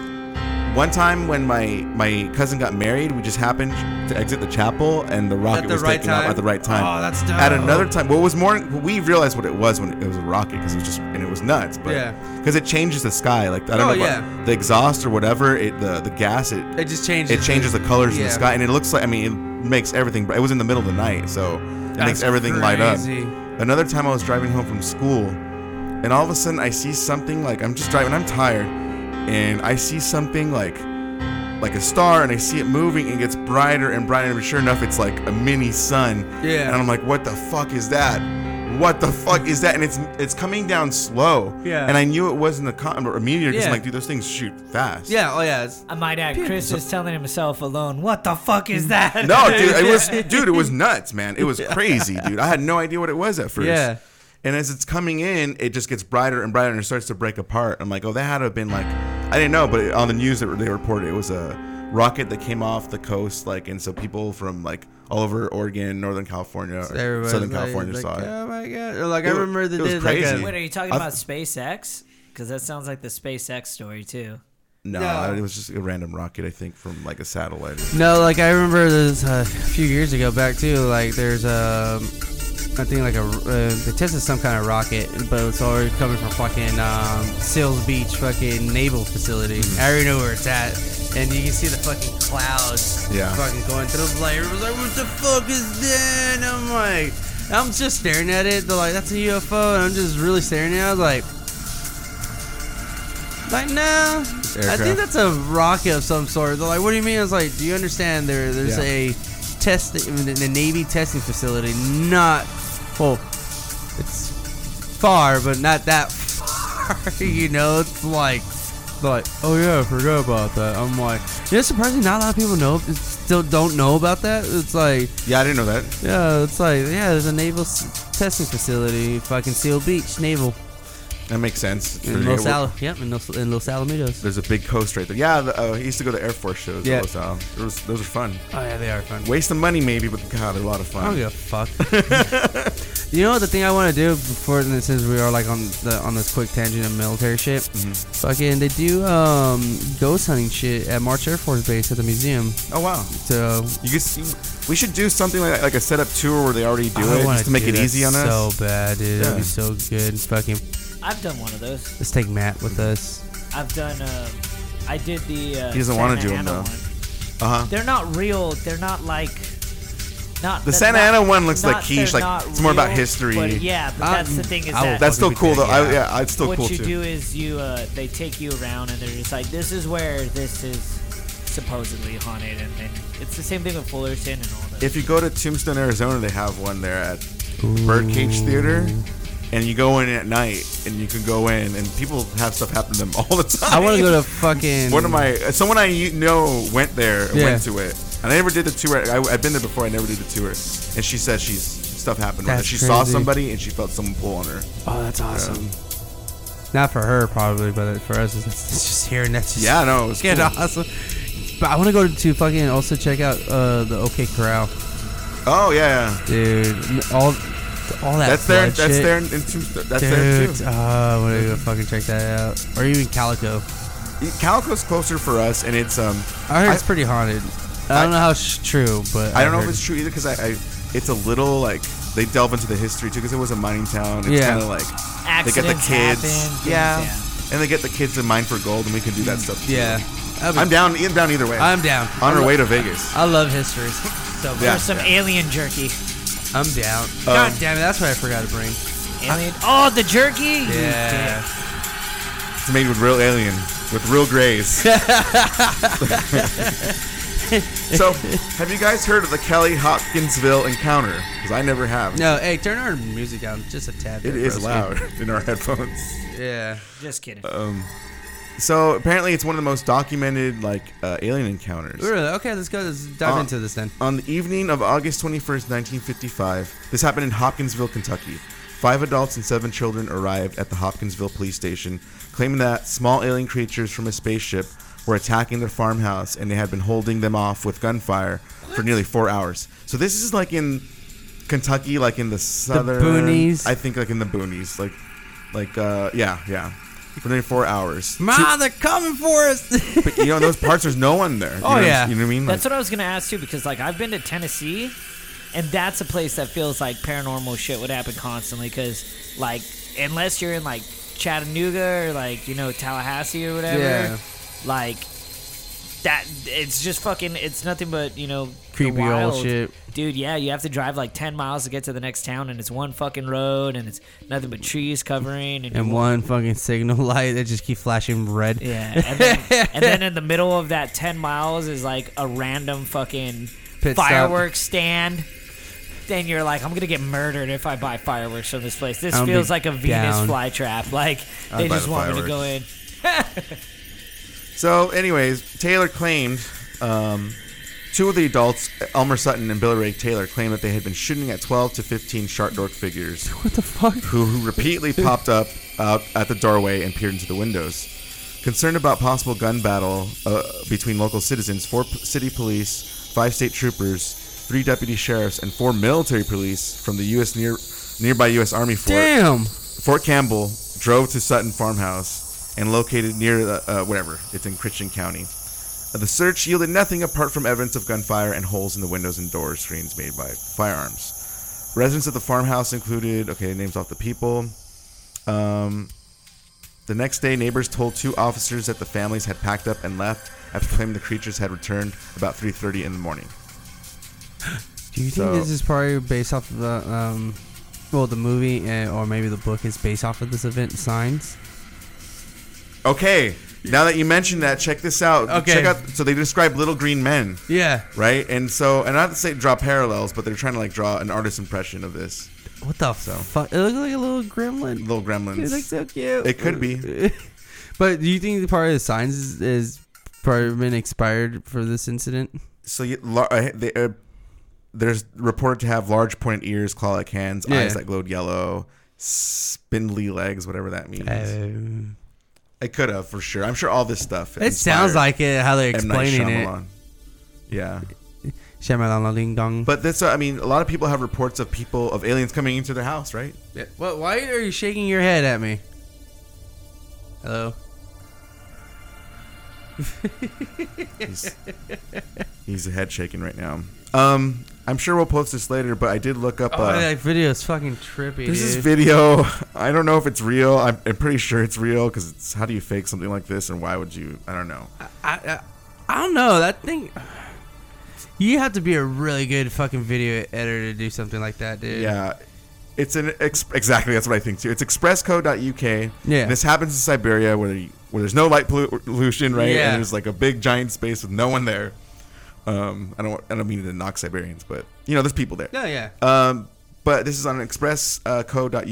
C: one time when my my cousin got married, we just happened to exit the chapel, and the rocket
A: the
C: was
A: right
C: taken off
A: time?
C: at the right time.
A: Oh, that's dope.
C: At another time, what was more, we realized what it was when it was a rocket because it was just and it was nuts. But
A: Yeah.
C: because it changes the sky, like I don't
A: Oh,
C: know about
A: yeah.
C: the exhaust or whatever, it the the gas it
A: It just changes.
C: it changes the colors in
A: Yeah.
C: the sky, and it looks like I mean it makes everything. But it was in the middle of the night, so it makes
A: That's
C: everything light up.
A: crazy.
C: Another time I was driving home from school, and all of a sudden I see something like I'm just driving, I'm tired, and I see something like like a star, and I see it moving and it gets brighter and brighter, and sure enough, it's like a mini sun.
A: Yeah.
C: And I'm like, what the fuck is that? What the fuck is that? And it's it's coming down slow.
A: Yeah.
C: And I knew it wasn't a, con- or a meteor because
A: Yeah.
C: I'm like, dude, those things shoot fast.
A: Yeah. Oh yeah. It's,
B: I might add, Chris is telling himself alone. What the fuck is that?
C: No, dude, it was dude, it was nuts, man. It was crazy, dude. I had no idea what it was at first.
A: Yeah.
C: And as it's coming in, it just gets brighter and brighter and it starts to break apart. I'm like, oh, that had to have been like, I didn't know, but it, on the news that they reported it was a rocket that came off the coast, like, and so people from like all over Oregon, Northern California, or
A: everybody's
C: Southern
A: like-
C: California
A: like,
C: saw it.
A: Oh my god. Like I
C: It wa-
A: remember the
C: it was
A: day. Like
C: crazy.
A: a,
B: Wait, are you talking
C: I've-
B: about SpaceX? Because that sounds like the SpaceX story too.
C: No,
A: No.
C: it was just a random rocket, I think, from like a satellite.
A: No, like I remember this uh, a few years ago back too. Like there's a, I think like a uh, they tested some kind of rocket, but it's already coming from fucking um, Seals Beach fucking naval facility. I already know where it's at, and you can see the fucking clouds.
C: Yeah.
A: Fucking going through. the Like everyone's like, what the fuck is that? And I'm like, I'm just staring at it. They're like, that's a UFO, and I'm just really staring at. it. I was like. Like no, I think
C: aircraft.
A: that's a rocket of some sort. They're like, "What do you mean?" I was like, "Do you understand? There, there's
C: Yeah.
A: a test, I mean, the, the Navy testing facility. Not, well, it's far, but not that far. you know, it's like, like, oh yeah, I forgot about that. I'm like, you know, surprisingly, not a lot of people know, still don't know about that. It's like,
C: Yeah, I didn't know that.
A: yeah, it's like, yeah, there's a naval s- testing facility, fucking Seal Beach Naval
C: That makes sense. It's
A: in
C: pretty-
A: Los Al, yep, in Los, in Los Alamitos.
C: There's a big coast right there. Yeah, the, uh, I used to go to Air Force shows.
A: Yeah.
C: Yeah. Those, uh, those, those are fun.
A: Oh yeah, they are fun.
C: Waste of money, maybe, but God, they're a lot of
A: I don't
C: fun.
A: give a fuck. you know what the thing I want to do before since we are like on the on this quick tangent of military shit.
C: Mm-hmm.
A: Fucking, they do um ghost hunting shit at March Air Force Base at the museum.
C: Oh, wow.
A: So
C: You could see, we should do something like like a setup tour where they already do
A: I
C: it
A: wanna
C: just to make
A: do
C: it
A: that
C: easy on us.
A: So bad, dude. It'd be
C: Yeah.
A: so good. Fucking,
B: I've done one of those.
A: let's take Matt with us.
B: I've done. Uh, I did the. Uh,
C: He doesn't wanna
B: Santa
C: do 'em,
B: Ana
C: though.
B: one.
C: Uh huh.
B: They're not real. They're not like. Not
C: The
B: that's
C: Santa
B: not-
C: Ana one looks like
B: not
C: quiche,
B: they're
C: like,
B: not
C: it's more about
B: real,
C: history. Uh, oh,
B: But yeah, but
A: I-
B: that's the thing is
A: I will
B: that
C: That's still
A: Fucking
C: cool though.
A: yeah.
C: I, yeah, it's still
B: what
C: cool
B: you
C: too.
B: do is you uh, they take you around and they're just like this is where this is supposedly haunted, and, and it's the same thing with Fullerton and all that.
C: If you go to Tombstone, Arizona, they have one there at Birdcage Theater. And you go in at night, and you can go in, and people have stuff happen to them all the time.
A: I want to go to fucking.
C: One of my someone I u- know went there, and
A: Yeah.
C: went to it, and I never did the tour. I, I've been there before. I never did the tour, and she said she's stuff happened. with her.
A: That's
C: She saw
A: crazy.
C: somebody, and she felt someone pull on her.
A: Oh, that's awesome. Not for her probably, but for us, it's, it's just here and that's just
C: Yeah, no, it was
A: fucking
C: cool.
A: awesome. But I want to go to fucking also check out uh, the OK Corral,
C: Oh yeah, yeah.
A: dude. All all that.
C: that's there.
A: blood
C: That's
A: shit.
C: there. In, in Tombstone. that's there
A: Dude,
C: too.
A: uh, I want to go fucking check that out, or even Calico.
C: Calico's closer for us, and it's um.
A: I heard
C: I-
A: it's pretty haunted. I don't
C: I-
A: know how it's true, but
C: I don't know if
A: heard-
C: it's true either because I, I, it's a little like they delve into the history too because it was a mining town. It's
A: Yeah.
C: kind of like they get the
B: Accidents happen,
C: kids,
B: things,
C: yeah.
B: yeah.
C: and they get the kids to mine for gold, and we can do that stuff. Too.
A: Yeah, I'll be-
C: I'm down. I'm down either way.
A: I'm down.
C: on our way to Vegas.
A: I love history. So
C: Yeah.
B: There's some alien jerky.
A: I'm down.
C: Um,
A: God damn it, that's what I forgot to bring.
B: Alien. oh, the jerky. You
A: Yeah.
B: dick.
C: It's made with real alien, with real grays. so, have you guys heard of the Kelly Hopkinsville encounter? Because I never have.
A: No, hey, turn our music down just a tad.
C: It
A: bit,
C: is
A: broski.
C: loud in our headphones.
A: Yeah.
B: Just kidding.
C: So apparently, it's one of the most documented like uh, alien encounters.
A: Really? Okay, let's go. Let's dive
C: Uh,
A: into this then.
C: On the evening of August 21st, 1955, this happened in Hopkinsville, Kentucky. Five adults and seven children arrived at the Hopkinsville police station, claiming that small alien creatures from a spaceship were attacking their farmhouse and they had been holding them off with gunfire for nearly four hours. So this is like in Kentucky, like in the southern
A: boonies.
C: I think like in the boonies, like, like uh, yeah, yeah, for nearly four hours.
A: Ma, they're coming for us.
C: But, you know, in those parts, there's no one there. You
A: Oh,
C: know,
A: yeah.
C: you know what I mean. Like,
B: That's what I was gonna ask too, because like I've been to Tennessee, and that's a place that feels like paranormal shit would happen constantly. Because like unless you're in like Chattanooga or like you know Tallahassee or whatever,
A: Yeah.
B: like that it's just fucking it's nothing but you know the
A: Creepy old
B: wild.
A: shit.
B: Dude, yeah, you have to drive like ten miles to get to the next town, and it's one fucking road, and it's nothing but trees covering, and, you
A: and one fucking signal light that just keep flashing red.
B: yeah, and then, and then in the middle of that ten miles is like a random fucking
A: Pit stop.
B: fireworks stand. Then you're like, I'm gonna get murdered if I buy fireworks from this place. This
A: I'll be
B: feels like a Venus
A: down.
B: flytrap. Like they
C: buy
B: just
C: the
B: want me to go in.
C: So, anyways, Taylor claimed um, two of the adults, Elmer Sutton and Billy Ray Taylor, claimed that they had been shooting at 12 to 15 sharp dork figures
A: What the fuck?
C: who, who repeatedly popped up out at the doorway and peered into the windows. Concerned about possible gun battle uh, between local citizens, four p- city police, five state troopers, three deputy sheriffs, and four military police from the U.S. near nearby U.S. Army fort
A: Damn.
C: Fort Campbell drove to Sutton Farmhouse and located near the, uh, whatever it's in Christian County. Uh, The search yielded nothing apart from evidence of gunfire and holes in the windows and door screens made by firearms. Residents of the farmhouse included okay names off the people. Um, the next day, neighbors told two officers that the families had packed up and left after claiming the creatures had returned about 3:30 in the morning.
A: Do you think
C: So-
A: this is probably based off of the um, well, the movie and, or maybe the book is based off of this event, Signs?
C: Okay, now that you mentioned that, check this out.
A: Okay.
C: check out. So they describe little green men.
A: Yeah.
C: right? And so, and not to say draw parallels, but they're trying to like draw an artist impression of this
A: What the fuck? It looks like a little gremlin.
C: little
A: It looks
C: gremlins.
A: so cute.
C: It could be.
A: But do you think the part of the signs is, is part of been expired for this incident?
C: So you, lar- uh, they, uh, there's reported to have large pointed ears, claw-like hands,
A: Yeah.
C: eyes that glowed yellow, spindly legs, whatever that means.
A: Um,
C: it could have for sure. I'm sure all this stuff.
A: it sounds like it. How they're explaining it.
C: it. Yeah,
A: Shyamalan ding dong.
C: but this. uh, I mean, a lot of people have reports of people of aliens coming into their house, right?
A: Yeah. What? Why are you shaking your head at me? Hello.
C: He's, he's head shaking right now. Um, I'm sure we'll post this later, but I did look up.
A: Oh,
C: uh,
A: that video is fucking trippy,
C: There's this
A: dude.
C: video. I don't know if it's real. I'm, I'm pretty sure it's real because it's how do you fake something like this and why would you? I don't know.
A: I, I, I don't know. That thing. You have to be a really good fucking video editor to do something like that, dude.
C: Yeah, It's an ex- exactly that's what I think too. It's expressco.uk.
A: Yeah.
C: This happens in Siberia where you, where there's no light pollu- pollution, right?
A: Yeah.
C: And there's like a big giant space with no one there. Um, I don't want- I don't mean to knock Siberians, but you know there's people there.
A: No, yeah.
C: Um, but this is on expressco.uk.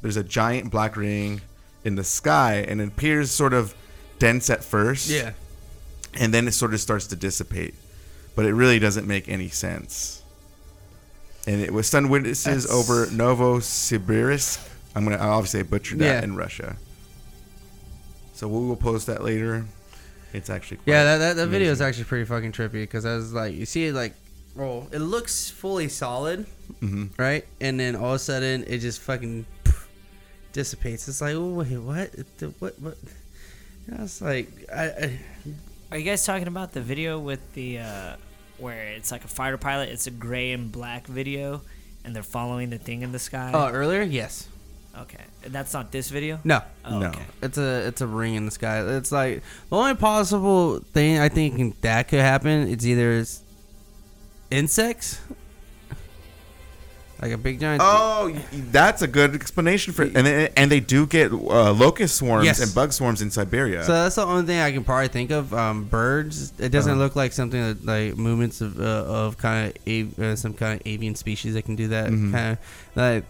C: There's a giant black ring in the sky, and it appears sort of dense at first.
A: Yeah.
C: And then it sort of starts to dissipate. But it really doesn't make any sense. And it was stunned witnesses
A: That's-
C: over Novosibirsk. I'm going to obviously butcher that
A: Yeah.
C: in Russia. So we will post that later. It's actually quite
A: Yeah, that, that, that video is
C: amazing.
A: actually pretty fucking trippy because I was like, you see it like, well, it looks fully solid,
C: Mm-hmm.
A: right? And then all of a sudden, it just fucking dissipates. It's like, oh, wait, what? The, what? What? And I was like, I, I,
B: Are you guys talking about the video with the uh, where it's like a fighter pilot? It's a gray and black video, and they're following the thing in the sky.
A: oh, earlier, yes,
B: Okay, that's not this video.
A: Oh. no,
B: Oh,
C: No.
B: Okay.
A: it's a it's a ring in the sky. It's like the only possible thing I think that could happen. It's either it's insects, like a big giant.
C: Oh, y- y- that's a good explanation for it. And they, and they do get uh, locust swarms
A: Yes.
C: and bug swarms in Siberia.
A: So that's the only thing I can probably think of. Um, birds. It doesn't
C: Uh-huh.
A: look like something that, like movements of uh, of kind of a- uh, some kind of avian species that can do that.
C: Mhm.
A: Kind of like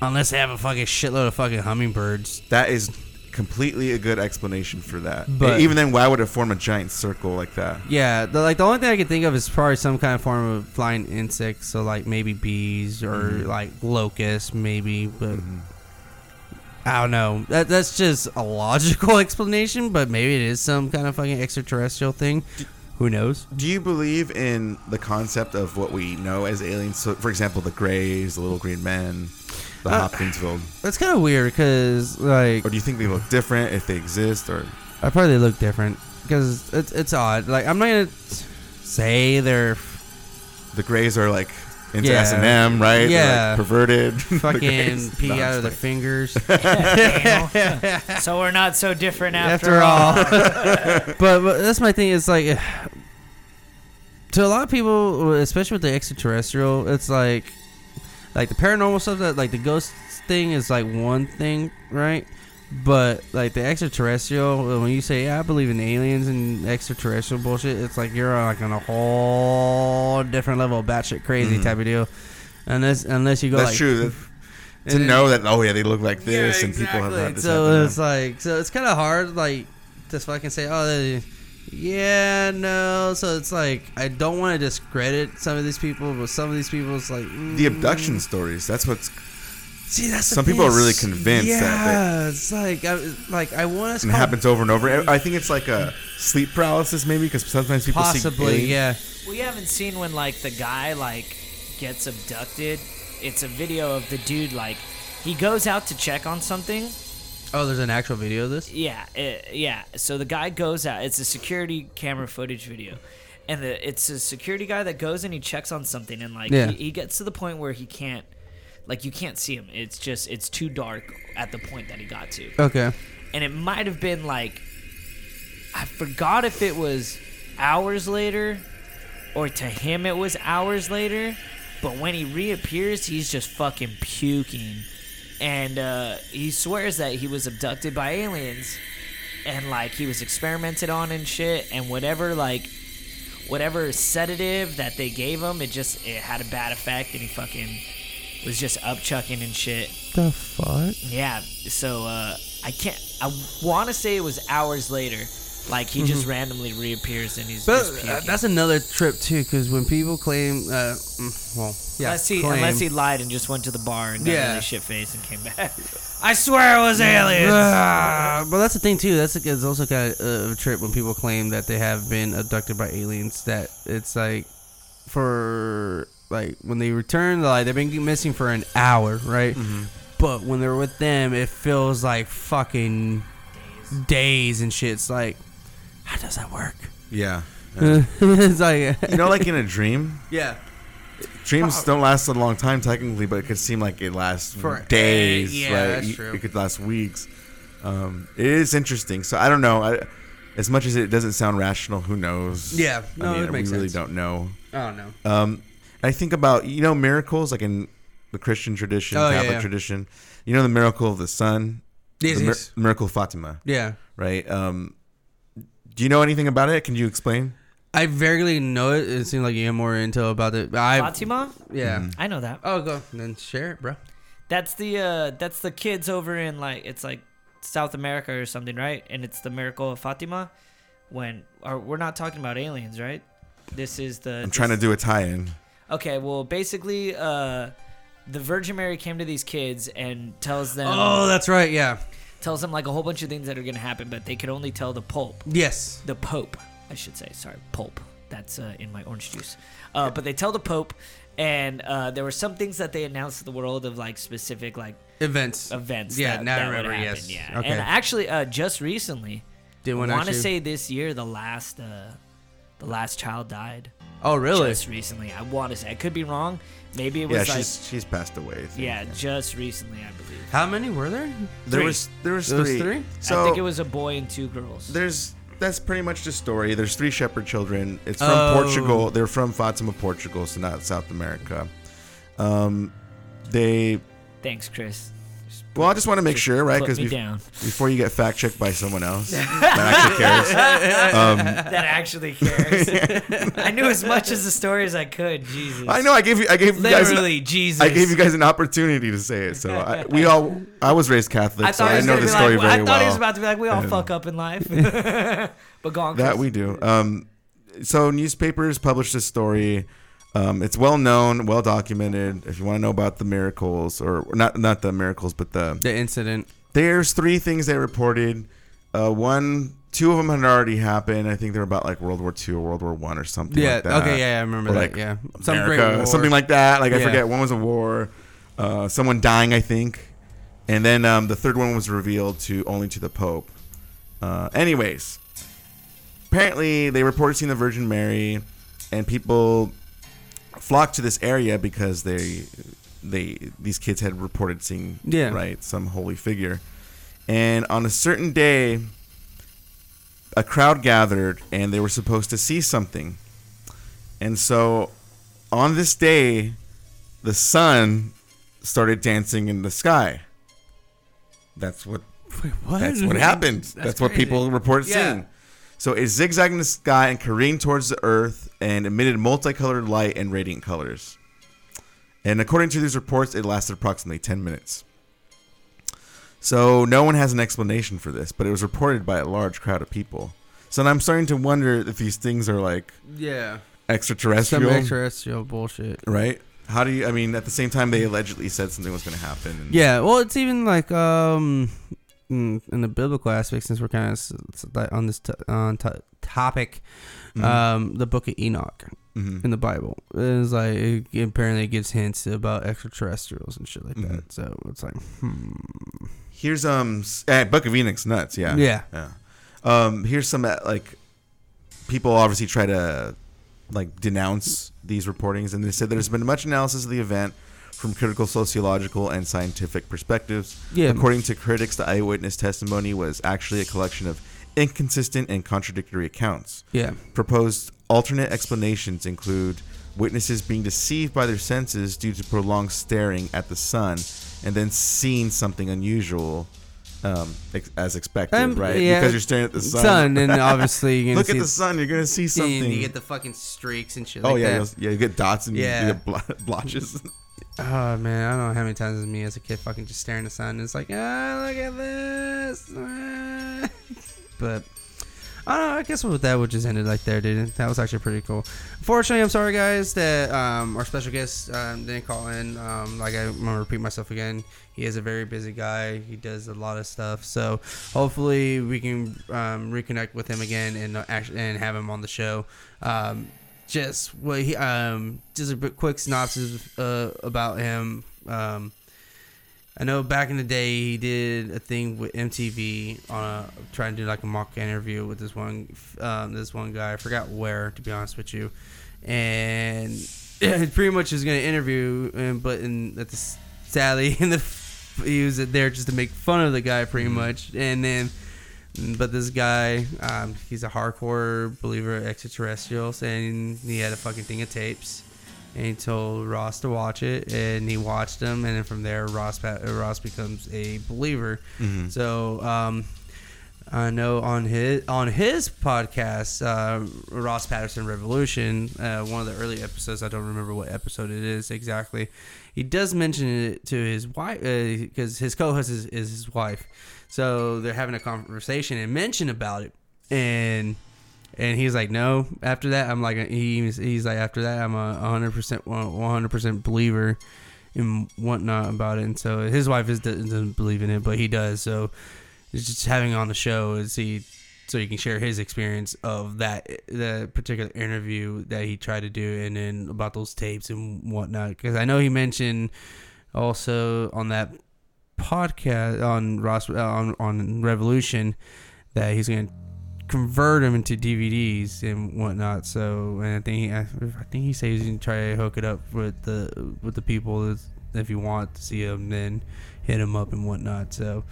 A: unless they have a fucking shitload of fucking hummingbirds.
C: that is completely a good explanation for that.
A: But-
C: But even then, why would it form a giant circle like that?
A: Yeah, the, like the only thing I can think of is probably some kind of form of flying insect. So like maybe bees or
C: Mm-hmm.
A: like locusts, maybe. But I don't know. That that's just a logical explanation. But maybe it is some kind of fucking extraterrestrial thing. Who knows?
C: Do you believe in the concept of what we know as aliens? So, for example, the Greys, the Little Green Men, the
A: Uh,
C: Hopkinsville.
A: That's kind of weird because like
C: Or do you think they look different if they exist? Or
A: I probably look different because it's it's odd. Like I'm not gonna say they're
C: the Greys are like into
A: Yeah.
C: S and M, right? They're, like,
A: Yeah.
C: perverted. The
A: fucking
C: Greys-
A: pee
C: No, I'm
A: out of
C: just
A: their
C: playing.
A: fingers
B: so we're not so different after,
A: after
B: all.
A: all. but, but that's my thing. It's like to a lot of people, especially with the extraterrestrial, it's like like the paranormal stuff that like the ghost thing is like one thing, right? But like the extraterrestrial, uh, when you say yeah, I believe in aliens and extraterrestrial bullshit, it's like you're like on a whole different level, of batshit crazy
C: Mhm.
A: type of deal. Unless unless you go
C: That's
A: like,
C: true.
A: and
C: That- to
A: then-
C: know that oh yeah they look like
A: Yeah,
C: this and people have had
A: exactly.
C: this
A: so
C: happen.
A: it's like so it's kind of hard like to fucking say oh they- yeah no so it's like I don't want to discredit some of these people but some of these people it's like mm.
C: the abduction stories that's what's
A: see that's the
C: some people are
A: thing,
C: really
A: it's-
C: convinced
A: yeah,
C: that they-
A: it's like I like I want
C: and
A: to
C: it happens over and over i think it's like a sleep paralysis maybe because sometimes people
A: possibly
C: see
A: yeah
B: We haven't seen when like the guy like gets abducted. It's a video of the dude like he goes out to check on something.
A: oh there's an actual video of this
B: Yeah, uh, yeah. So the guy goes out. It's a security camera footage video, and the, it's a security guy that goes and he checks on something, and like
A: Yeah.
B: he, he gets to the point where he can't, like you can't see him. It's just it's too dark at the point that he got to,
A: okay
B: and it might have been like, I forgot if it was hours later, or to him it was hours later, but when he reappears, he's just fucking puking, and uh, he swears that he was abducted by aliens and like he was experimented on and shit and whatever like whatever sedative that they gave him it just it had a bad effect and he fucking was just upchucking and shit
A: the fuck
B: yeah so uh i can't i want to say it was hours later like he just randomly reappears and he's
A: Mm-hmm. but
B: just
A: uh,
B: puking.
A: that's another trip too because when people claim uh mm, well yeah
B: unless he
A: claim-
B: unless he lied and just went to the bar and got
A: Yeah.
B: really shit faced and came back i swear it was aliens
A: Ah, but that's the thing too. That's it's also kind of uh, a trip when people claim that they have been abducted by aliens. That it's like for like when they return, like they've been missing for an hour, right? But when they're with them, it feels like fucking days, and shit. It's like how does that work?
C: yeah
A: it's like
C: you know like in a dream
A: yeah,
C: dreams don't last a long time technically but it could seem like it lasts
A: For- eh,
C: for days
A: yeah,
C: like,
A: that's
C: you-
A: true.
C: it could last weeks um, it is interesting so i don't know I, as much as it doesn't sound rational who knows
A: Yeah. No,
C: i mean
A: it makes
C: we really
A: sense.
C: don't know
A: I don't know.
C: Um, I think about you know miracles like in the Christian tradition,
A: Oh, yeah,
C: Catholic
A: yeah.
C: tradition. You know the miracle of the sun,
A: Yes,
C: the mir-
A: yes.
C: miracle of Fatima,
A: yeah.
C: right? Um, do you know anything about it? Can you explain?
A: I vaguely know it. It seems like you have more intel about it. but I
B: Fatima?
A: yeah.
B: I know that.
A: Oh, go then share it, bro.
B: That's the uh that's the kids over in like it's like South America or something, right? And it's the miracle of Fatima when or we're not talking about aliens, right? This is the
C: I'm trying to do a tie-in.
B: Okay, well basically uh the Virgin Mary came to these kids and tells them
A: Oh, that's right. Yeah.
B: tells them like a whole bunch of things that are going to happen, but they could only tell the pulp.
A: Yes.
B: the Pope, I should say. Sorry, Pope. That's uh, in my orange juice. Uh, but they tell the Pope, and uh, there were some things that they announced to the world of like specific like
A: Events.
B: events.
A: Yeah,
B: that,
A: now I
B: that would
A: remember,
B: happen,
A: yes.
B: Yeah.
A: Okay.
B: And actually, uh, just recently,
A: Did
B: I
A: one
B: want to
A: actually?
B: say this year, the last uh, the last child died.
A: oh, really?
B: Just recently, I want to say. I could be wrong. Maybe it
C: Yeah,
B: was like
C: she's she's passed away. I think.
B: yeah, just recently, I believe.
A: How many were there?
C: there
B: three.
C: was there was
A: There was
C: three.
A: three?
C: So
B: I think it was a boy and two girls.
C: there's that's pretty much the story. There's three shepherd children. It's from
A: Oh.
C: Portugal. They're from Fatima, Portugal, so not South America. Um, they
B: Thanks, Chris.
C: well, I just want to make sure, right?
B: Put
C: Because
B: me down.
C: before you get fact checked by someone else that actually cares. Um,
B: that actually cares. I knew as much as the story as I could. Jesus.
C: I know I gave you I gave you guys
B: Literally, Jesus.
C: I gave you guys an opportunity to say it. So I, we all I was raised Catholic,
B: I
C: so
B: thought, he
C: I
B: was
C: know
B: gonna be
C: the
B: like,
C: story
B: I
C: very
B: thought
C: well.
B: he was about to be like, we all
C: Yeah.
B: fuck up in life. but go on, Chris.
C: That we do. Um, so newspapers published this story. Um, it's well known, well documented. If you want to know about the miracles, or not not the miracles, but the
A: The incident.
C: there's three things they reported. Uh, one, two of them had already happened. I think they were about like World War II or World War One or something.
A: Yeah.
C: like that.
A: okay. Yeah, yeah. I remember
C: Or,
A: that.
C: like,
A: yeah. Some great
C: America,
A: war.
C: something like that. Like I
A: Yeah.
C: forget, one was a war, uh, someone dying, I think, and then um, the third one was revealed to only to the Pope. Uh, anyways, apparently they reported seeing the Virgin Mary, and people flocked to this area because they they these kids had reported seeing
A: Yeah.
C: right some holy figure, and on a certain day. A crowd gathered and they were supposed to see something. And so on this day, the sun started dancing in the sky. That's what
A: Wait, what?
C: that's what happened. That's, what
A: crazy.
C: people reported
A: Yeah.
C: seeing. So it zigzagged in the sky and careened towards the earth and emitted multicolored light and radiant colors. And according to these reports, it lasted approximately 10 minutes. So no one has an explanation for this, but it was reported by a large crowd of people. So I'm starting to wonder if these things are like
A: Yeah. Some
C: extraterrestrial
A: extraterrestrial bullshit.
C: right? How do you? I mean, at the same time, they allegedly said something was going to happen. And
A: Yeah. Well, it's even like um in in the biblical aspect, since we're kind of on this t- on to topic,
C: Mhm.
A: um, the Book of Enoch
C: Mhm.
A: in the Bible is like it apparently gives hints about extraterrestrials and shit like
C: Mhm.
A: that. So it's like, hmm.
C: here's um, s- eh, Book of Enoch's nuts. Yeah,
A: Yeah.
C: yeah. Um, here's some uh, like people obviously try to like denounce these reportings, and they said there's been much analysis of the event from critical sociological and scientific perspectives.
A: Yeah.
C: According to critics, the eyewitness testimony was actually a collection of inconsistent and contradictory accounts.
A: Yeah.
C: Proposed alternate explanations include witnesses being deceived by their senses due to prolonged staring at the sun and then seeing something unusual um, ex- as expected,
A: Um,
C: right?
A: yeah.
C: Because you're staring at the sun.
A: Sun, and obviously you're gonna
C: Look
A: see
C: at the sun, you're going to see
A: and
C: something.
A: You get the fucking streaks and shit.
C: oh,
A: like
C: yeah,
A: that.
C: you'll, yeah, you get dots and
A: Yeah.
C: you get blo- blotches.
A: Oh man, I don't know how many times me as a kid fucking just staring at the sun. And it's like, ah, look at this. ah." but I don't know. I guess with that, we just ended like there, dude. That was actually pretty cool. Unfortunately, I'm sorry, guys, that um, our special guest um, didn't call in. Um, like I, I'm gonna repeat myself again. He is a very busy guy. He does a lot of stuff. So hopefully, we can um, reconnect with him again and uh, actually and have him on the show. Um, just what he um just a bit- quick synopsis uh, about him. Um, I know back in the day he did a thing with MTV on a, trying to do like a mock interview with this one um, this one guy. I forgot where to be honest with you, and pretty much was going to interview him, but in at the s- sadly in the he was there just to make fun of the guy pretty much, and then. But this guy, um, he's a hardcore believer of extraterrestrials, and he had a fucking thing of tapes and he told Ross to watch it, and he watched them, and then from there, Ross pa- uh, Ross becomes a believer. So um, I know on his on his podcast, uh, Ross Patterson Revolution, uh, one of the early episodes. I don't remember what episode it is exactly. He does mention it to his wife because his co-host is, is his wife, so they're having a conversation and mention about it, and and he's like, no. After that, I'm like, he's he's like, after that, I'm a 100 percent 100 percent believer and whatnot about it. And so his wife is doesn't believe in it, but he does. So it's just having on the show is he so he can share his experience of that the particular interview that he tried to do, and then about those tapes and whatnot. Because I know he mentioned also on that podcast on Ross uh, on on Revolution that he's going to convert them into DVDs and whatnot. So, and I think he, I think he says he's gonna try to hook it up with the with the people that's- if you want to see them, then hit him up and whatnot. So,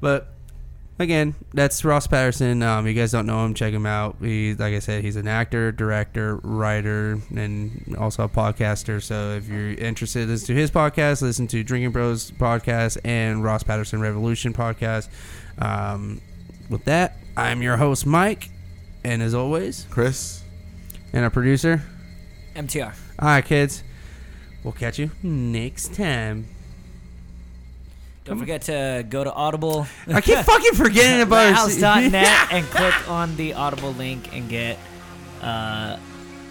A: but again, that's Ross Patterson. Um, you guys don't know him, check him out. He, like I said, he's an actor, director, writer, and also a podcaster. So if you're interested, listen to his podcast, listen to Drinking Bros podcast and Ross Patterson Revolution podcast. Um, with that, I'm your host, Mike, and as always,
C: Chris,
A: and our producer.
B: MTR.
A: All right, kids, we'll catch you next time.
B: Don't forget to go to Audible.
A: I keep fucking forgetting about our-
B: Lighthouse.net and click on the Audible link and get uh,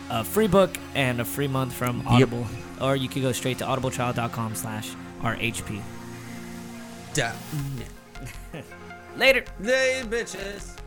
B: a free book and a free month from Audible. Or you could go straight to audibletrial.com slash RHP.
A: Damn.
B: Later.
A: Hey, bitches.